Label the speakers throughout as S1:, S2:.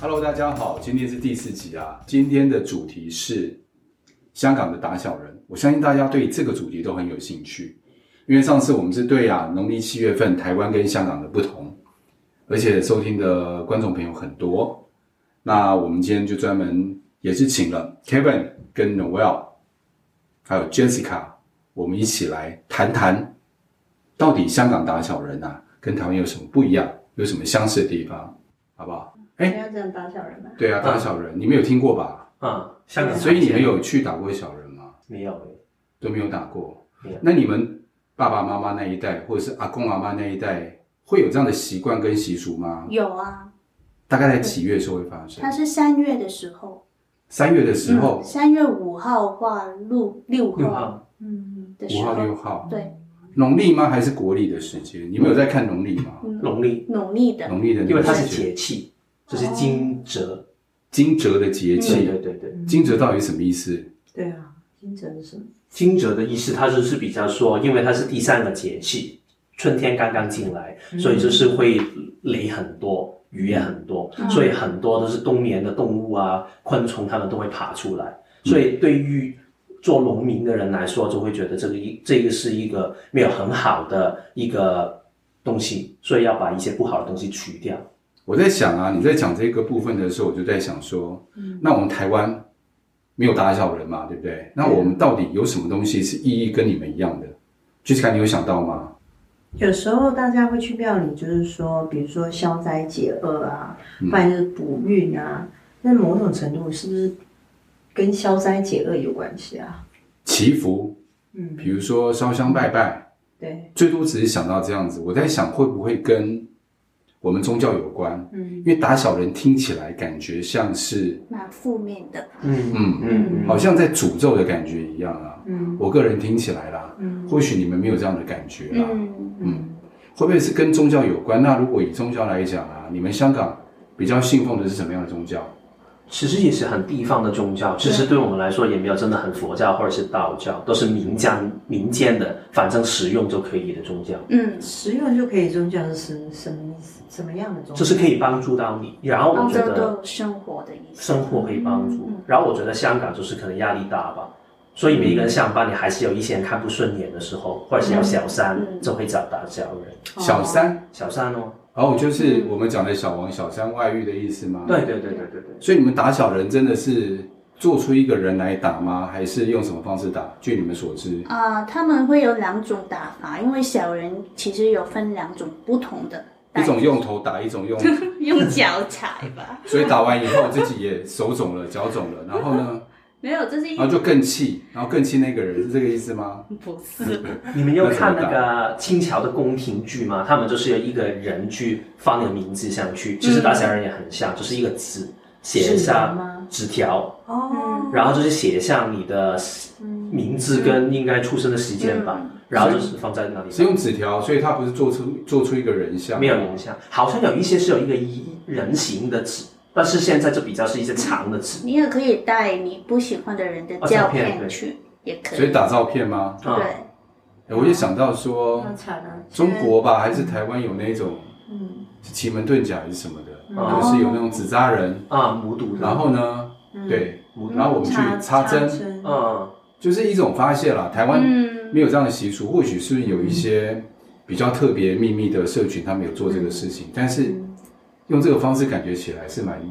S1: Hello，大家好，今天是第四集啊。今天的主题是香港的打小人，我相信大家对这个主题都很有兴趣，因为上次我们是对啊农历七月份台湾跟香港的不同，而且收听的观众朋友很多。那我们今天就专门也是请了 Kevin 跟 Noel，还有 Jessica，我们一起来谈谈到底香港打小人啊跟台湾有什么不一样，有什么相似的地方，好不好？哎
S2: 不要这样打小人嘛。
S1: 对啊，打小人，你们有听过吧？
S3: 嗯，香港，
S1: 所以你们有去打过小人吗？
S3: 没有？
S1: 都没有打过
S3: 没有。
S1: 那你们爸爸妈妈那一代，或者是阿公阿妈那一代，会有这样的习惯跟习俗吗？
S2: 有啊，
S1: 大概在几月的时候会发生
S2: 它？是三月的时候，
S1: 三月的时候，
S2: 嗯
S3: 嗯
S2: 三月五号或六六
S3: 六
S2: 号，
S3: 号
S2: 嗯的
S1: 五
S2: 时
S1: 号、六
S2: 候，
S1: 号，
S2: 对，
S1: 农历吗？还是国历的时间？你们有在看农历吗？
S2: 嗯
S3: 农历，
S2: 农历的，
S1: 农历的那个
S3: 因为它是
S1: 时间
S3: 节气，就是惊蛰。
S1: 惊蛰的节
S3: 对
S1: 气。
S3: 对对对，
S1: 惊蛰到底什么意思？
S4: 对啊，金城是什么？
S3: 惊蛰的意思，它就是比较说，因为它是第三个节气，春天刚刚进来，所以就是会雷很多，雨也很多，
S2: 嗯
S3: 所以很多都是冬眠的动物啊、昆虫，它们都会爬出来。所以对于做农民的人来说，就会觉得这个一这个是一个没有很好的一个东西，所以要把一些不好的东西除掉。
S1: 我在想啊，你在讲这个部分的时候，我就在想说，那我们台湾没有打小人嘛，对不对？那我们到底有什么东西是意义跟你们一样的？Jessica，你有想到吗？
S4: 有时候大家会去庙里，就是说，比如说消灾解厄啊，
S1: 嗯
S4: 不然就是补运啊。那某种程度是不是跟消灾解厄有关系啊？
S1: 祈福，
S4: 嗯，
S1: 比如说烧香拜拜，
S4: 对，
S1: 最多只是想到这样子。我在想会不会跟我们宗教有关？
S4: 嗯
S1: 因为打小人听起来感觉像是
S2: 蛮负面的，
S3: 嗯
S1: 嗯
S4: 嗯
S1: 好像在诅咒的感觉一样啊。
S4: 嗯
S1: 我个人听起来啦，
S4: 嗯
S1: 或许你们没有这样的感觉啦。
S2: 嗯，
S4: 嗯
S1: 会不会是跟宗教有关？那如果以宗教来讲啊，你们香港比较信奉的是什么样的宗教？
S3: 其实也是很地方的宗教，其实对我们来说也没有真的很佛教或者是道教，都是民间民间的，反正实用就可以的宗教，
S2: 嗯，
S4: 实用就可以宗教是什什么意思？什么样的宗教？
S3: 就是可以帮助到你。然后我
S2: 澳
S3: 觉
S2: 洲都
S3: 得
S2: 有生活的意思，
S3: 生活可以帮助
S2: 嗯，
S3: 然后我觉得香港就是可能压力大吧，所以每一个人上班你还是有一些人看不顺眼的时候，或者是有小三
S2: 嗯
S3: 就会找打小人，
S4: 哦
S1: 小三，
S3: 小三哦，
S1: 哦，就是我们讲的小王、小三外遇的意思吗？
S3: 嗯对。对对对对对，
S1: 所以你们打小人真的是做出一个人来打吗？还是用什么方式打？据你们所知，
S2: 啊、他们会有两种打法，因为小人其实有分两种不同的打
S1: 一
S2: 法，
S1: 种用头打，一种用，
S2: 用脚踩吧，
S1: 所以打完以后自己也手肿了、脚肿了，然后呢，
S2: 没有，这是一
S1: 然后就更气，然后更气那个人，是这个意思吗？
S2: 不是，
S3: 你们有
S1: 那怎么
S3: 看那个清朝的宫廷剧吗？他们就是有一个人去放那个名字上去，其实打小人也很像，就是一个纸写
S4: 纸条吗
S3: 上纸条，
S4: 哦，
S3: 然后就是写上你的名字跟应该出生的时间
S2: 嗯
S3: 吧，然后就是放在那里，
S1: 是用纸条，所以他不是做出做出一个人像，
S3: 没有影像。好像有一些是有一个一人形的纸，但是现在就比较是一些长的纸。
S2: 你也可以带你不喜欢的人的
S3: 哦
S2: 照
S3: 照片
S2: 片
S3: 对
S2: 去，也可
S1: 所以
S2: 以，
S1: 打照片吗？
S3: 嗯
S2: 对。
S1: 哎我也想到说，
S4: 那惨啊！
S1: 中国吧，还是台湾有那种
S4: 嗯
S1: 是奇门遁甲还是什么的，
S3: 哦
S1: 就是有那种纸扎人，
S3: 啊，无毒的，
S1: 然后呢，
S4: 嗯
S1: 对，
S3: 无毒
S1: 然，后我们去插针，
S3: 嗯，
S1: 就是一种发泄啦。台湾
S2: 嗯
S1: 没有这样的习俗，或许是有一些比较特别秘密的社群，他们有做这个事情，但是用这个方式感觉起来是蛮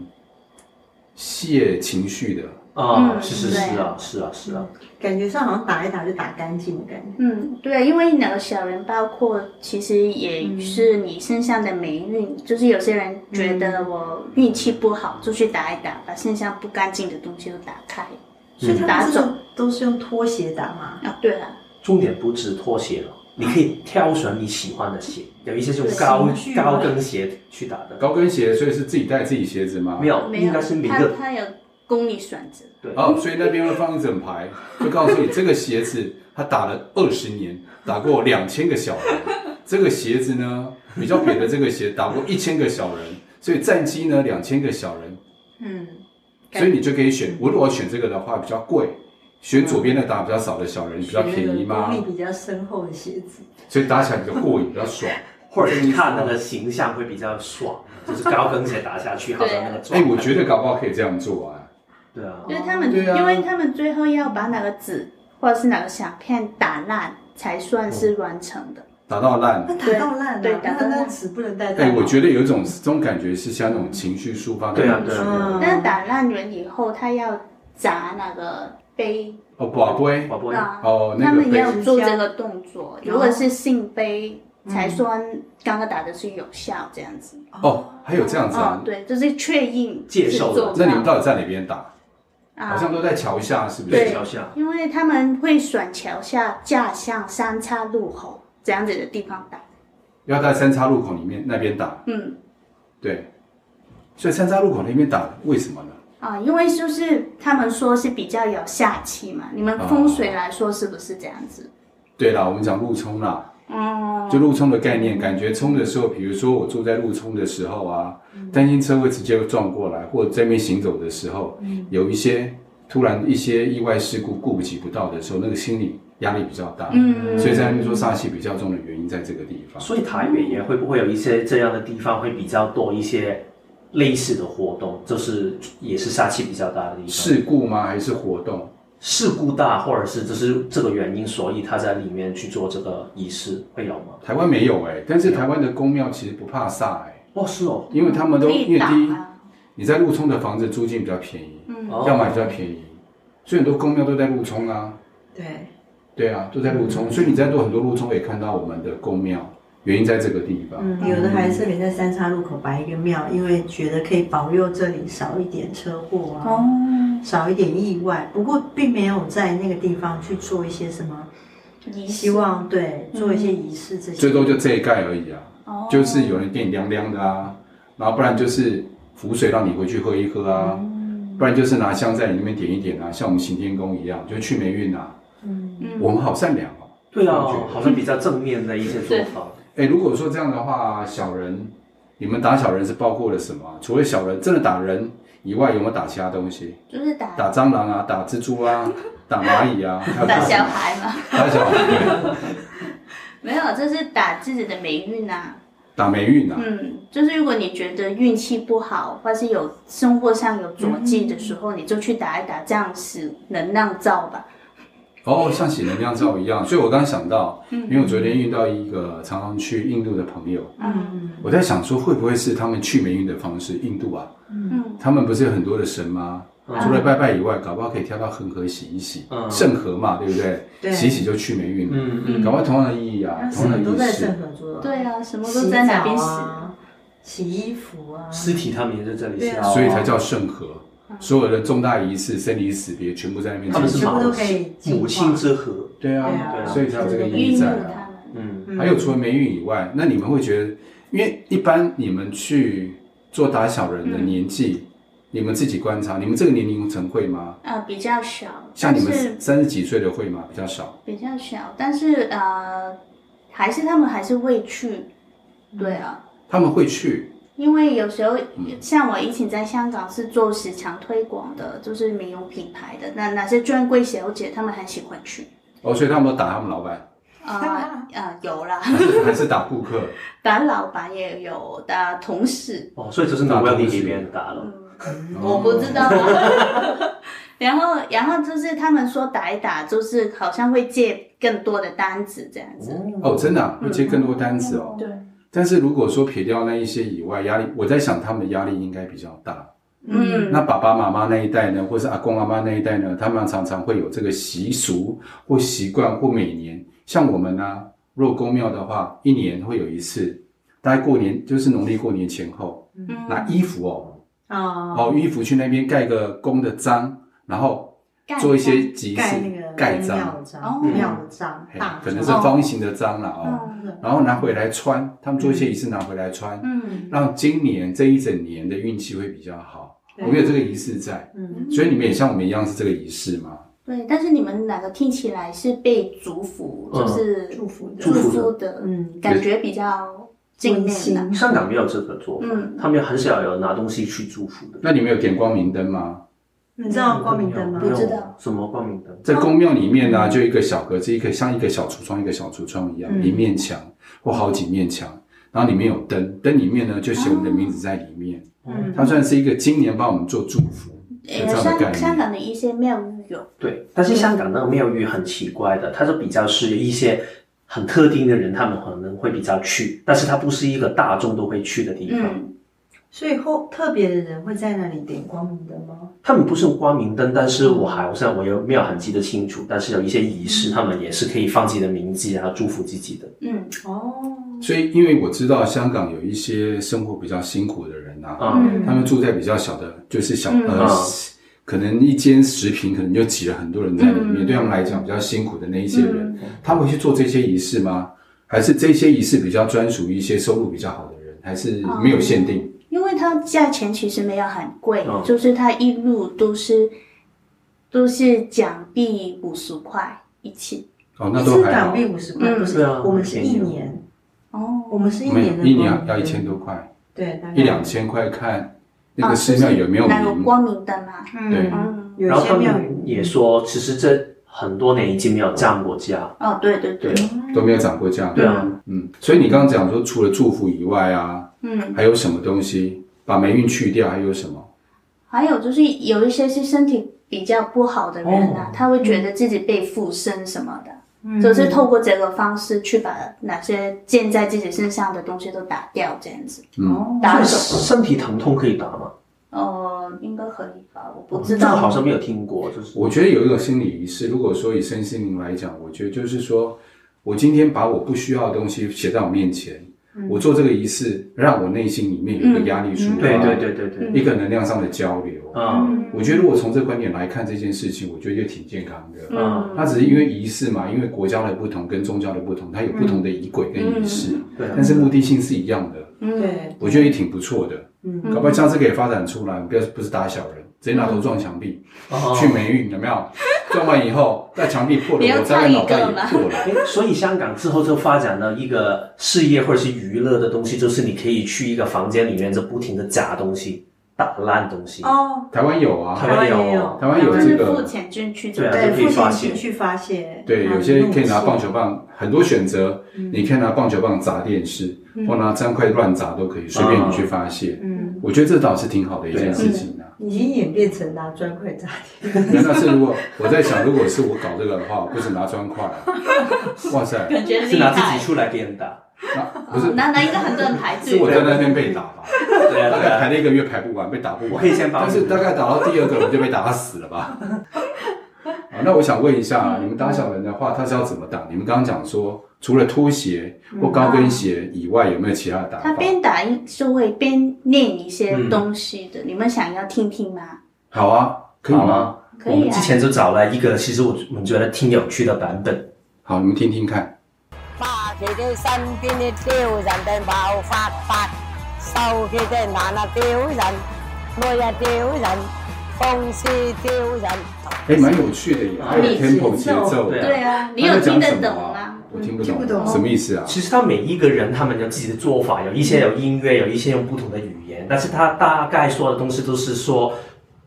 S1: 泄情绪的。
S3: 啊，
S2: 嗯
S3: 是是是啊，是啊是啊，
S4: 感觉上好像打一打就打干净的感觉。
S2: 嗯，对，因为两小人包括其实
S3: 嗯
S2: 也是你身上的霉运，就是有些人觉得
S3: 嗯
S2: 我运气不好，就去打一打，把身上不干净的东西都打开。
S4: 所以他
S2: 打
S4: 们这
S2: 肿
S4: 个都是用拖鞋打嘛？
S2: 啊，对了，
S3: 重点不止拖鞋了，你可以挑选你喜欢的鞋，有一些是用高
S4: 情趣吗
S3: 高跟鞋去打的，
S1: 高跟鞋，所以是自己带自己鞋子吗？
S3: 没有，
S2: 没有
S3: 应该是，每
S2: 他
S3: 个
S2: 他有供你选择。
S3: 对，
S1: 哦，所以那边会放一整排，就告诉你这个鞋子它打了二十年，打过两千个小人。这个鞋子呢，比较扁的这个鞋打过一千个小人，所以战绩呢两千个小人，
S4: 嗯，
S1: 所以你就可以选。我如果选这个的话比较贵，选左边的打比
S4: 嗯
S1: 较少的小人比较便宜
S4: 功
S1: 吗
S4: 力？比较深厚的鞋子，
S1: 所以打起来比较过瘾，比较爽。
S3: 或者是看那个形象会比较 爽，就是高跟鞋打下去，好像那个
S1: 哎、
S3: 状态。
S1: 我觉得搞不好可以这样做啊。
S3: 对啊，
S2: 因为他们，
S1: 对啊
S2: 因为他们最后要把哪个纸或者是哪个相片打烂，才算
S3: 哦
S2: 是完成的。
S1: 打到烂，
S4: 哦那打到烂了，啊
S2: 对
S4: 那
S2: 打到烂
S4: 那纸不能带
S1: 哎、
S4: 带。
S1: 我觉得有一种这种感觉是像那种情绪抒发的
S3: 对啊，
S1: 感觉
S3: 对啊，
S2: 但是打烂完以后，他要砸那个碑，
S1: 哦，宝贝，
S3: 宝贝，
S2: 啊，
S1: 哦，
S2: 他
S1: 那个
S2: 们
S1: 杯
S2: 要
S1: 子
S2: 做这个动作。
S4: 嗯
S2: 如果是信碑，才算刚刚打的是有效这样子。
S1: 哦，还有这样子
S2: 哦
S1: 啊，？
S2: 对，就是确认
S3: 接受
S2: 是做
S1: 那你们
S2: 到
S1: 到底在哪边打？好像
S2: 啊，
S1: 都在桥下，是不
S3: 嗯对，
S1: 是？
S3: 肖像，
S2: 因为他们会选桥下、架巷、三岔路口这样子的地方打。
S1: 要在三岔路口里面那边打，
S2: 嗯。
S1: 对。所以三岔路口那边打，为什么呢？
S2: 啊，因为就是他们说是比较有煞气嘛，你们风水来说是不是这样子？
S1: 对啦，我们讲路冲啦，
S2: 哦，
S1: 就路冲的概念，感觉冲的时候，比如说我坐在路冲的时候啊，担心车会直接撞过来，或者在那边行走的时候，有一些突然一些意外事故顾及不到的时候，那个心理压力比较大，
S2: 嗯
S1: 所以在那边说煞气比较重的原因在这个地方。
S3: 所以台北也会不会有一些这样的地方会比较多一些类似的活动，就是也是杀气比较大的地方，
S1: 事故吗？还是活动？
S3: 事故大，或者是就是这个原因，所以他在里面去做这个仪式，会有吗？
S1: 台湾没有哎、但是台湾的公庙其实不怕煞哎、
S3: 哦，是哦，
S1: 因为他们都
S2: 可
S1: 因为
S2: 以打
S1: 第一，
S2: 啊，
S1: 你在路冲的房子租金比较便宜，
S2: 嗯，
S3: 哦
S1: 要买比较便宜，所以很多公庙都在路冲啊，
S4: 对，
S1: 对啊，都在路
S2: 嗯
S1: 冲，所以你在做很多路冲也看到我们的公庙，原因在这个地方。
S4: 嗯，有的还特别在三岔路口摆一个庙，因为觉得可以保佑这里少一点车祸啊，
S2: 哦，
S4: 少一点意外。不过并没有在那个地方去做一些什么，
S2: 仪式
S4: 希望对做一些仪式这些。
S1: 最多就这一盖而已啊，
S2: 哦
S1: 就是有人给你凉凉的啊，然后不然就是符水让你回去喝一喝啊，
S2: 嗯
S1: 不然就是拿香在你那边点一点啊，像我们行天宫一样，就去霉运啊，
S4: 嗯，
S2: 嗯
S1: 我们好善良哦。
S3: 对啊
S1: 我觉得，
S3: 好像比较正面的一些做法。
S1: 哎，如果说这样的话，小人，你们打小人是包括了什么啊？除了小人真的打人以外，有没有打其他东西？
S2: 就是打
S1: 打蟑螂啊，打蜘蛛啊，打蚂蚁啊，还有
S2: 打
S1: 什
S2: 小
S1: 么？
S2: 孩嘛，
S1: 打小孩，对，
S2: 没有，就是打自己的霉运啊。
S1: 打霉运啊。
S2: 嗯，就是如果你觉得运气不好，或是有生活上有着迹的时候，你就去打一打，这样是能量罩吧。
S1: 哦，像洗能量罩一样。所以我刚想到，
S4: 嗯
S1: 因为我昨天遇到一个常常去印度的朋友，
S2: 嗯
S1: 我在想说会不会是他们去霉运的方式？印度啊，
S2: 嗯，
S1: 他们不是有很多的神吗？
S3: 嗯
S1: 除了拜拜以外，搞不好可以跳到恒河洗一洗，
S3: 嗯
S1: 圣河嘛，对不对？
S4: 对
S1: 洗一洗就去霉运了。
S3: 嗯
S1: 搞不好同样的意义啊
S4: 那，什
S1: 同
S4: 么
S1: 样的
S4: 都在
S1: 意思
S4: 圣。合做，
S2: 对，啊，什
S4: 什
S2: 么都在哪边洗？
S4: 啊，洗衣服啊，
S3: 尸体他们也在这里
S4: 对
S3: 烧
S4: 啊
S3: 啊，
S1: 所以才叫圣河。
S4: 嗯
S1: 所有的重大仪式、生离死别，全部在那边
S3: 他们
S1: 进行。
S3: 是
S4: 全部都
S3: 母
S4: 可以
S3: 亲
S4: 净化
S3: 母亲之河。
S1: 对
S4: 对
S1: 啊，
S4: 啊
S1: 所以才有这个意
S2: 运
S1: 义
S2: 用
S1: 在
S2: 他
S1: 啊。
S2: 们。
S3: 嗯，
S4: 嗯
S1: 还有除了霉运以外，那你们会觉得，因为一般你们去做打小人
S2: 嗯
S1: 的年纪，你们自己观察，你们这个年龄层会吗？
S2: 呃，比较少，
S1: 啊像
S2: 但
S1: 你
S2: 是
S1: 们三十几岁的会吗？比较少。
S2: 比较少，但是呃，还是他们还是会去，对啊，
S1: 他们会去，
S2: 因为有时候
S1: 嗯
S2: 像我以前在香港是做时常推广的，就是美容品牌的，那那些专柜小姐他们很喜欢 去，
S1: 哦，所以他们都打他们老 板，
S2: 啊、呃、啊、有啦，
S1: 还是还是打顾客？
S2: 打老板也有，打同事，
S3: 哦，所以就是
S1: 打
S3: 打
S1: 东
S3: 你
S1: 西
S3: 给别人打了。
S2: 我不知道啊。然后，然后就是他们说打一打，就是好像会接更多的单子这样子。
S1: 哦，真的啊、会接更多单子哦。
S2: 嗯对。
S1: 但是如果说撇掉那一些以外，压力，我在想他们的压力应该比较大。
S2: 嗯，
S1: 那爸爸妈妈那一代呢，或是阿公阿妈那一代呢，他们常常会有这个习俗或习惯，或每年像我们呢、啊若公庙的话，一年会有一次，大概过年就是农历过年前后，
S2: 嗯
S1: 拿衣服哦，
S4: 啊，
S1: 哦衣服去那边盖个公的章，然后
S2: 干
S1: 做一些集
S4: 盖
S1: 市
S4: 那个
S1: 盖
S4: 庙
S1: 章，
S2: 哦
S4: 章，庙章
S1: 嘿，
S4: 大
S1: 可能是
S4: 章
S1: 方形的章啦哦，
S2: 嗯
S1: 然后拿回来穿，他们做一些仪式拿回来穿，
S2: 嗯
S1: 让今年这一整年的运气会比较好。我们有这个仪式在，
S4: 嗯
S1: 所以你们也像我们一样是这个仪式吗？
S2: 对，但是嗯你们哪个听起来是被祝福，
S3: 嗯
S2: 就是
S4: 祝福的
S2: 祝福的，
S4: 嗯
S2: 感觉比较境
S4: 温
S2: 内
S4: 馨
S2: 的。
S3: 香港没有这个做法，
S2: 嗯
S3: 他们很少有拿东西去祝福的。
S1: 那你们有点光明灯吗？
S4: 你知道哦光明灯吗
S3: 没？有
S2: 不知道
S3: 什么光明灯。
S1: 在公庙里面呢、啊
S2: 哦
S1: 就一个小格子，一个像一个小橱窗，一个小橱窗一样，
S4: 嗯
S1: 一面墙或好几面墙，然后里面有灯，灯里面呢就写我们的名字在里面。
S2: 哦
S4: 嗯
S3: 哦
S1: 它算是一个今年帮我们做祝福有
S2: 呃，
S1: 这样的概
S2: 香香
S1: 念。
S2: 港的一些庙宇有，
S3: 对，但是香港那个庙宇很奇怪的，它是比较是一些很特定的人，他们可能会比较去，但是它不是一个大众都会去的地方。
S2: 嗯，
S4: 所以后特别的人会在那里点光明灯吗？
S3: 他们不是用光明灯，但是我好像我有没有很记得清楚，但是有一些仪式，他们也是可以放自己的名字，然后祝福自己的。
S2: 嗯，
S4: 哦，
S1: 所以，因为我知道香港有一些生活比较辛苦的人啊，
S3: 啊、
S1: 他们住在比较小的，就是小、
S2: 嗯
S1: 呃
S3: 啊，
S1: 可能一间十平，可能就挤了很多人在里面。
S2: 嗯
S1: 对他们来讲比较辛苦的那一些人，他们会去做这些仪式吗？还是这些仪式比较专属于一些收入比较好的人？还是没有限定？
S2: 因为它价钱其实没有很贵，
S3: 嗯
S2: 就是它一路都是都是港币五十块一起。
S1: 哦，那
S4: 一
S1: 都
S4: 次
S1: 还好
S4: 港。币五十块，
S2: 嗯
S4: 不是
S3: 对啊
S4: 我们是一
S3: 便宜
S4: 年，
S2: 哦，
S4: 我们是一
S1: 每
S4: 年的
S1: 一
S4: 光
S1: 年
S4: 明
S1: 要
S4: 灯
S1: 一千多块，
S4: 对，大概
S1: 一两千块看那
S2: 啊
S1: 个寺庙有没有
S2: 那个
S1: 名。
S2: 光明灯嘛，
S1: 对
S4: 嗯，
S2: 嗯，
S4: 有
S3: 然
S4: 一
S3: 后
S4: 些
S3: 他
S4: 庙
S3: 们
S4: 宇
S3: 也说，其实这很多年已经没有涨过价。
S2: 哦，对对对，
S1: 都没有涨过价。
S3: 对啊，
S1: 嗯，所以你刚刚讲说，除了祝福以外啊，
S2: 嗯，
S1: 还有什么东西？把霉运去掉，还有什么？
S2: 还有就是有一些是身体比较不好的人
S1: 哦
S2: 啊，他会觉得自己被附身什么的，
S4: 嗯
S2: 就是透过这个方式去把哪些建在自己身上的东西都打掉，这样子。
S1: 嗯
S4: 哦
S2: 打
S3: 但
S2: 手
S3: 是身体疼痛可以打吗？
S2: 哦，应该可以吧？我不
S3: 这
S2: 知
S3: 个
S2: 道。
S3: 好像没有听过，就是
S1: 我觉得有一种心理仪式。如果说以身心灵来讲，我觉得就是说，我今天把我不需要的东西写在我面前，
S3: 嗯
S1: 我做这个仪式，让我内心里面有一个压力抒发，
S3: 对嗯对对对对，
S1: 一个能量上的交流。
S3: 嗯
S1: 我觉得如果从这个观点来看这件事情，我觉得啊就挺健康的。
S3: 嗯，
S1: 它只是因为仪式嘛，因为国家的不同跟宗教的不同，它有不同的仪轨跟仪式，
S3: 对啊
S1: 但，是目的性是一样的。
S2: 嗯，
S4: 对，
S1: 我觉得也挺不错的，
S4: 嗯
S1: 搞不好下次可以发展出来，不要不是打小人，直接拿头撞墙壁，
S3: 哦
S1: 去霉运有没 有？撞完以后，那墙壁破
S2: 你
S1: 了，
S2: 要
S1: 我大概脑袋
S2: 唱
S1: 也
S2: 一个吗
S1: 破了。
S3: 哎，所以香港之后就发展了一个事业或者是娱乐的东西，就是你可以去一个房间里面就不停的砸东西、打烂东西。
S4: 哦，
S1: 台湾有啊，
S3: 台湾
S4: 台湾也
S3: 有
S4: 有
S3: 哦，
S1: 台湾有
S2: 就
S1: 这
S2: 是付
S1: 个，
S2: 钱进去就
S3: 对啊
S4: 对，
S3: 就可以
S4: 付
S3: 发
S4: 钱
S3: 泄
S4: 进去发泄，
S1: 对，有些可以拿棒球棒，很多选择，
S2: 嗯
S1: 你可以拿棒球棒砸电视，或拿砖块乱砸都可以，随便你去发泄。
S4: 嗯，
S1: 我觉得这倒是挺好的一件事情啊。
S4: 已经演变成拿砖块砸天，
S1: 那是如果我在想，如果是我搞这个的话，不是拿砖块 啊，哇塞，
S2: 感觉
S3: 是
S2: 厉
S3: 拿自
S2: 害哦
S3: 己。出来给人打。
S1: 那不是
S2: 那那应该很多人排
S1: 是
S2: 队
S1: 我在那边被打吧？
S3: 对啊，
S1: 大
S3: 对
S1: 概排
S3: 啊。
S1: 了一个月排不完，被打不
S3: 我
S1: 完
S3: 可。以先把我
S1: 但
S3: 们，
S1: 是大概打到第二个人就被打死了吧？ 啊，那我想问一下，
S2: 嗯
S1: 你们打小人的话，他是要怎么打？你们刚刚讲说，除了拖鞋或高跟鞋以外，有没有其他的打
S2: 他
S1: 法？
S2: 边打是会边念一些东西的，你们想要听听吗？
S1: 好啊，可以
S3: 好
S1: 吗
S3: 啊？
S2: 可
S3: 我
S2: 以
S3: 们
S2: 啊
S3: 之。前就找了一个，其实我我们觉得挺有趣的版本。
S1: 好，你们听听看。
S5: 花佢嘅身邊啲刁人哋謀發發，收佢嘅眼啊刁人，每日刁人，風是刁人。
S1: 哎，蛮有趣的耶，还有
S4: 你
S1: tempo 节
S4: 节奏
S1: 奏。
S3: 对
S2: 对啊，你
S1: 他
S2: 有
S1: 在讲
S2: 听得
S1: 什么
S2: 懂
S1: 啊
S2: 吗？？
S1: 我听不
S4: 听不
S1: 懂，
S4: 懂
S1: 什么意思啊？
S3: 其实他每一个人，他们有自己的做法，有一些有音乐，有一些用不同的语言，但是他大概说的东西都是说，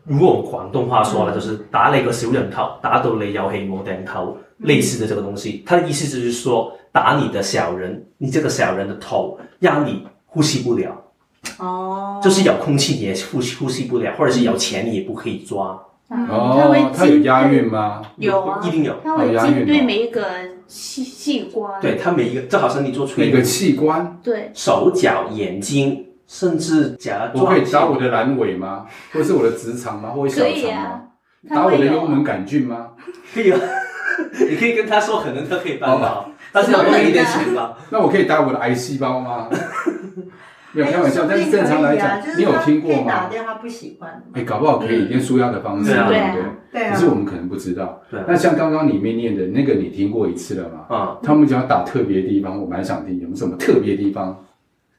S3: 如果我们广东话说
S2: 嗯
S3: 了，就是打你個小人頭，打到你有氣冇頂頭，類似的这个东西，他的意思就是说，打你的小人，你这个小人的头，让你呼吸不了，
S4: 哦，
S3: 就是有空气你也呼吸呼吸不了，或者是有钱你也不可以抓，
S2: 嗯他
S1: 哦，它有
S2: 针
S1: 押韵吗？
S2: 有啊，
S3: 一定有
S2: 他
S1: 哦
S2: 会
S1: 押韵
S2: 针对
S1: 哦
S2: 每一个器器官，
S3: 对他每一个，就好像你做
S1: 每
S3: 吹
S1: 个器官
S2: 对，
S3: 手脚、眼睛，甚至假
S1: 我可
S3: 装
S1: 以打我的阑尾吗？或是我的直肠吗？或者小
S2: 可以
S1: 肠吗
S2: 啊？
S1: 打我的
S2: 它会有
S1: 幽门杆菌吗？
S3: 可以啊， 你可以跟他说，可能他可以办
S1: 哦
S3: 到，但是要给你一点钱吧。
S1: 那我可以打我的癌细胞 吗？没有
S4: 哎
S1: 开
S2: 哎
S1: 玩笑，但是正常来
S4: 啊
S1: 讲，
S2: 啊
S1: 你有听过
S4: 打
S1: 吗？
S4: 掉他不喜欢，
S1: 哎，搞不好可以用舒压的方式，对
S3: 嗯
S2: 对啊
S1: 不对？
S4: 对
S1: 可
S4: 啊
S1: 是，我们可能不知道
S3: 对啊。
S1: 那像刚刚里面念的那个，你听过一次了吗？
S3: 啊、
S1: 他们讲打特别地方，我蛮想听，有没有什么特别地方？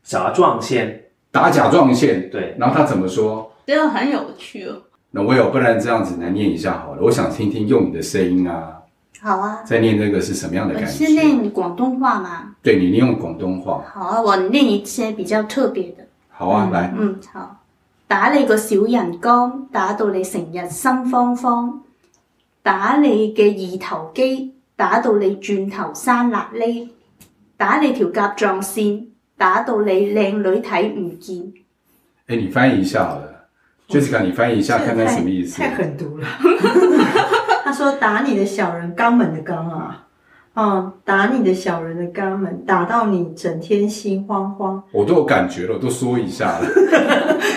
S3: 甲状腺，
S1: 打甲状腺，
S3: 对，
S1: 然后他怎么说？
S2: 这个很有趣哦。
S1: 那我有，不然这样子来念一下好了。我想听听用你的声音啊，
S2: 好啊，
S1: 在念这个是什么样的
S2: 我
S1: 感
S2: 是
S1: 觉？
S2: 念广东话嘛。
S1: 对你念用广东话，
S2: 好啊，我念一些比较特别的。
S1: 好啊，来，
S2: 嗯，好。打你個小人光，打到你成日心慌慌；打你嘅二頭肌，打到你轉頭生辣痢；打你條甲狀腺，打到你靚女睇唔見。
S1: 哎，你翻译一下好了，Jessica，你翻译一下
S4: 这
S1: 看
S4: 个
S1: 看
S4: 太
S1: 什么意思
S4: 太。狠毒了。 他说：“打你的小人，肛门的肛啊，哦，打你的小人的肛门，打到你整天心慌慌。
S1: 我都有感觉了，我都说一下了。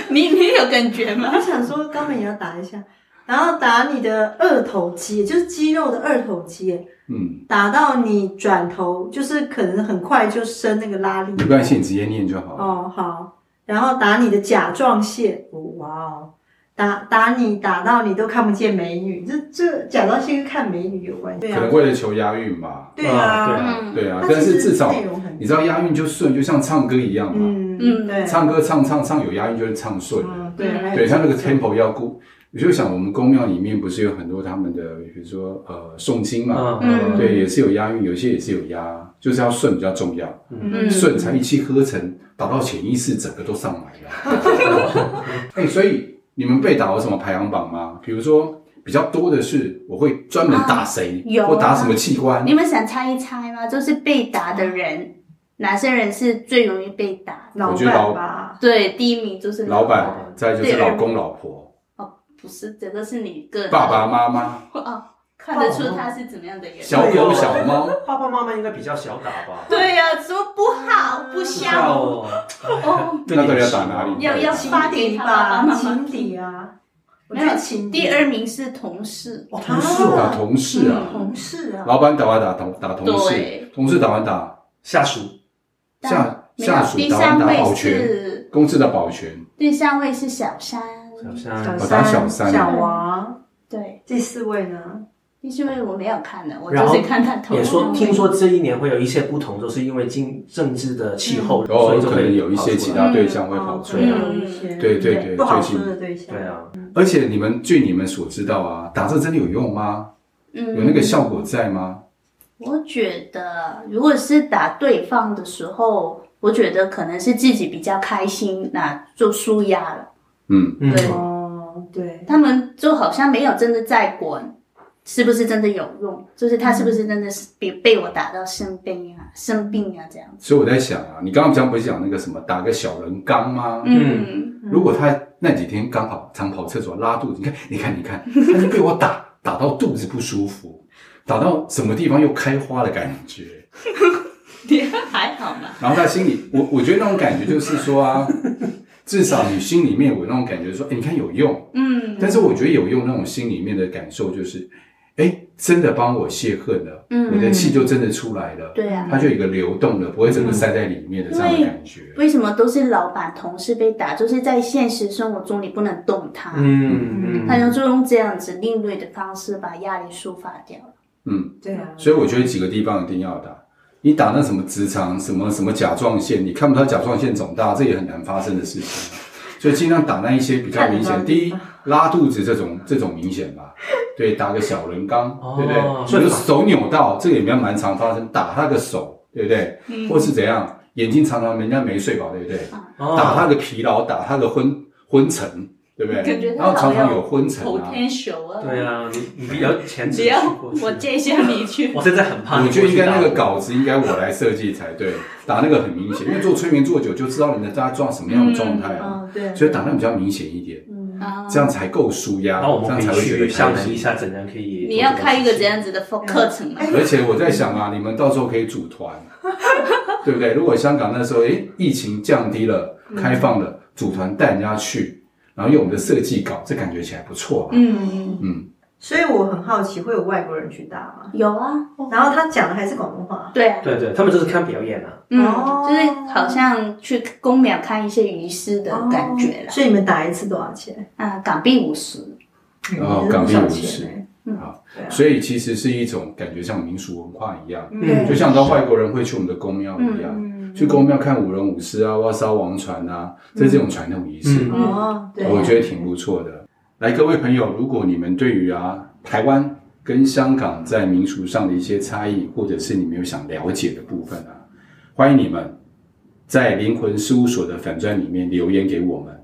S2: 你你有感觉吗
S4: 我想说肛门也要打一下，然后打你的二头肌，就是肌肉的二头肌，
S1: 嗯，
S4: 打到你转头，就是可能很快就生那个拉力。
S1: 没关系，你直接念就好了。
S4: 哦，好，然后打你的甲状腺，哦哇哦，打打你打到你都看不见美女，这这甲状腺跟看美女有关系，对
S1: 可
S4: 啊
S1: 能，为了求押韵吧。
S4: 对啊，
S3: 对啊
S2: 嗯，
S1: 对啊，
S4: 它
S1: 但
S4: 其
S1: 是
S4: 实
S1: 至少
S4: 内容很
S1: 你知道押韵就顺，就像唱歌一样嘛。
S4: 嗯
S2: 嗯
S4: 对，
S1: 唱歌唱唱唱有押韵就是唱顺了。
S4: 嗯对，还有
S1: 对他那个
S4: 节奏
S1: tempo 要顾，我就想我们宫庙里面不是有很多他们的，比如说呃诵经嘛，
S2: 嗯
S1: 对，也是有押韵，有些也是有押，就是要顺比较重要，
S2: 嗯
S1: 顺才一气呵成，打到潜意识整个都上来了。 哎，所以你们被打有什么排行榜吗？比如说比较多的是我会专门打谁
S2: 啊，有啊
S1: 或打什么器官
S2: 你，们想猜一猜吗？就是被打的人，哪些人是最容易被打的？
S1: 我觉得老
S4: 老板吧，
S2: 对，第一名就是
S1: 老板，再就是
S2: 对
S1: 老公老婆、
S2: 不是，这个是你个人
S1: 爸爸妈妈、
S2: 哦，看得出他是怎么样的人。
S1: 小狗小猫。
S3: 爸爸妈妈应该比较小打吧？
S2: 对呀、说不好不
S3: 不知
S2: 孝
S3: 道哦，
S2: 哦。
S1: 那到底要打哪里？
S2: 要要
S4: 情敌吧， 情敌啊，我觉
S2: 没有
S4: 得情敌
S2: 第二名是同事，
S3: 哦
S4: 同事
S1: 打同事啊。
S4: 同事啊，
S1: 老板打完打同打同事
S2: 嗯对，
S1: 同事打完打
S3: 下属
S1: 下
S2: 没有
S1: 下属
S2: 第
S1: 打完
S2: 三
S1: 打保
S2: 位
S1: 全，
S2: 是
S1: 公司的保全，
S2: 第三位是小山，
S3: 小山
S1: 我打嗯小三
S4: 小王，
S2: 对，
S4: 第四位呢？
S2: 第四位我没有看的，我
S3: 然后
S2: 就是看他头
S3: 也说，
S2: 像
S3: 听说这一年会有一些不同，就是因为经政治的气
S1: 偶
S3: 候，所
S1: 尔
S3: 以
S1: 嗯
S3: 就
S1: 哦可
S3: 会
S1: 能有一些其
S3: 跑出来
S1: 他对象会跑
S4: 哦
S1: 出
S4: 可
S1: 来
S4: 能。
S2: 嗯
S4: 有一些
S1: 对对对
S4: 不好
S1: 最近
S4: 说的对象，
S3: 对啊，
S1: 而且你们据你们所知道啊，打这真的有用吗？
S2: 嗯
S1: 有那个效果在吗？
S2: 我觉得，如果是打对方的时候，我觉得可能是自己比较开心，那就输压了。
S1: 嗯，
S3: 嗯，
S2: 对
S4: 哦，对，
S2: 他们就好像没有真的在管，是不是真的有用？就是他是不是真的是被被我打到生病啊、生病啊这样子？
S1: 所以我在想啊，你刚刚讲不是讲那个什么打个小人肛吗？
S3: 嗯
S2: 嗯，
S1: 如果他那几天刚好常跑厕所拉肚子，你看，你看，你看， 他就被我打打到肚子不舒服，打到什么地方又开花的感觉。
S2: 嗯 还好吧。
S1: 然后他心里，我我觉得那种感觉就是说啊，至少你心里面有那种感觉说，哎，你看有用。
S2: 嗯
S1: 但是我觉得有用那种心里面的感受就是，哎，真的帮我泄恨了，我的
S2: 嗯，
S1: 气就真的出来了，
S2: 对啊。
S1: 它就有一个流动的，不会整个塞在里面的这样的感觉。
S2: 为什么都是老板、同事被打？就是在现实生活中你不能动他，
S3: 嗯
S2: 他
S3: 嗯，
S2: 就就用这样子另类的方式把压力抒发掉了。
S1: 嗯，
S4: 对啊，
S1: 所以我觉得几个地方一定要打。你打那什么直肠、什么什么甲状腺，你看不到甲状腺肿大，这也很难发生的事情。啊所以尽量打那一些比较明显，
S4: 看得到
S1: 第一拉肚子这种这种明显吧，对，打个小人肛，
S3: 哦
S1: 对不对？
S3: 所以
S1: 比如手扭到，这个也比较蛮常发生，打他个手，对不对？或是怎样，眼睛常常人家没睡饱，对不对？
S3: 哦
S1: 打他的疲劳，打他的昏昏沉，对不对？
S2: 觉
S1: 然后常常有昏沉啊。
S2: potential 啊
S3: 对啊，你你比较前
S2: 只
S3: 期
S2: 要
S3: 去过去
S2: 我借一下你去。
S3: 我现在很怕你
S1: 我
S3: 过去
S1: 觉
S3: 打我，
S1: 得应该那个稿子应该我来设计才对，打那个很明显，因为做催眠做久就知道你的大家状什么样的状态啊，
S4: 嗯，对啊，嗯
S1: 所以打那比较明显一点，
S2: 啊
S1: 这样才够舒压，
S3: 然后我
S1: 这样
S3: 们
S1: 才
S3: 可
S1: 会
S3: 以
S1: 觉得
S3: 去商
S1: 开
S3: 量一
S1: 心。
S3: 下怎样可以。
S2: 你要开一个这？样子的
S4: 嗯
S2: 课程吗？
S1: 而且我在想啊，你们到时候可以组 团，对不对？如果香港那时候诶疫情降低了，开放了，组团带人家去，然后用我们的设计稿，这感觉起来不错啊。
S2: 嗯，
S1: 嗯，
S4: 所以我很好奇，会有外国人去打吗？
S2: 有啊，
S4: 然后他讲的还是广东话，
S2: 对啊，
S3: 对对，他们就是看表演啊。
S2: 嗯，
S4: 哦
S2: 就是好像去公庙看一些仪式的感觉
S4: 哦
S2: 了。
S4: 所以你们打一次多少钱？
S2: 啊，港币五十，
S1: 哦
S4: 嗯
S1: 港币
S4: 不少
S1: 五十
S4: 钱欸
S2: 嗯
S1: 好
S4: 对啊
S1: 所以其实是一种感觉像民俗文化一样，
S3: 嗯
S1: 就像到外国人会去我们的宫庙一样。
S4: 嗯
S1: 去宫庙看舞龙舞狮啊，挖烧王船啊，这是这种传统仪式，
S3: 嗯
S4: 哦，对，
S1: 我觉得挺不错的。来，各位朋友，如果你们对于啊台湾跟香港在民俗上的一些差异，或者是你们有想了解的部分啊，欢迎你们在灵魂事务所的粉专里面留言给我们，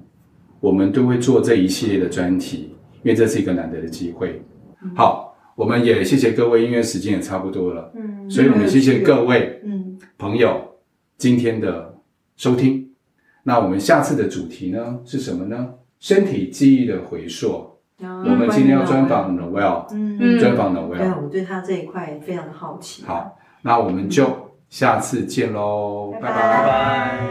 S1: 我们都会做这一系列的专题，因为这是一个难得的机会。好，我们也谢谢各位，因为时间也差不多了，
S4: 嗯
S1: 所以我们谢谢各位。
S4: 嗯
S1: 朋友今天的收听。那我们下次的主题呢是什么呢？身体记忆的回溯。我们今天要专，访 Noel，
S4: 嗯，
S1: 专访
S4: 对啊，
S1: Noel。
S4: 我对他这一块非常的好奇。
S1: 好，那我们就下次见喽，拜
S4: 拜
S1: 拜
S3: 拜。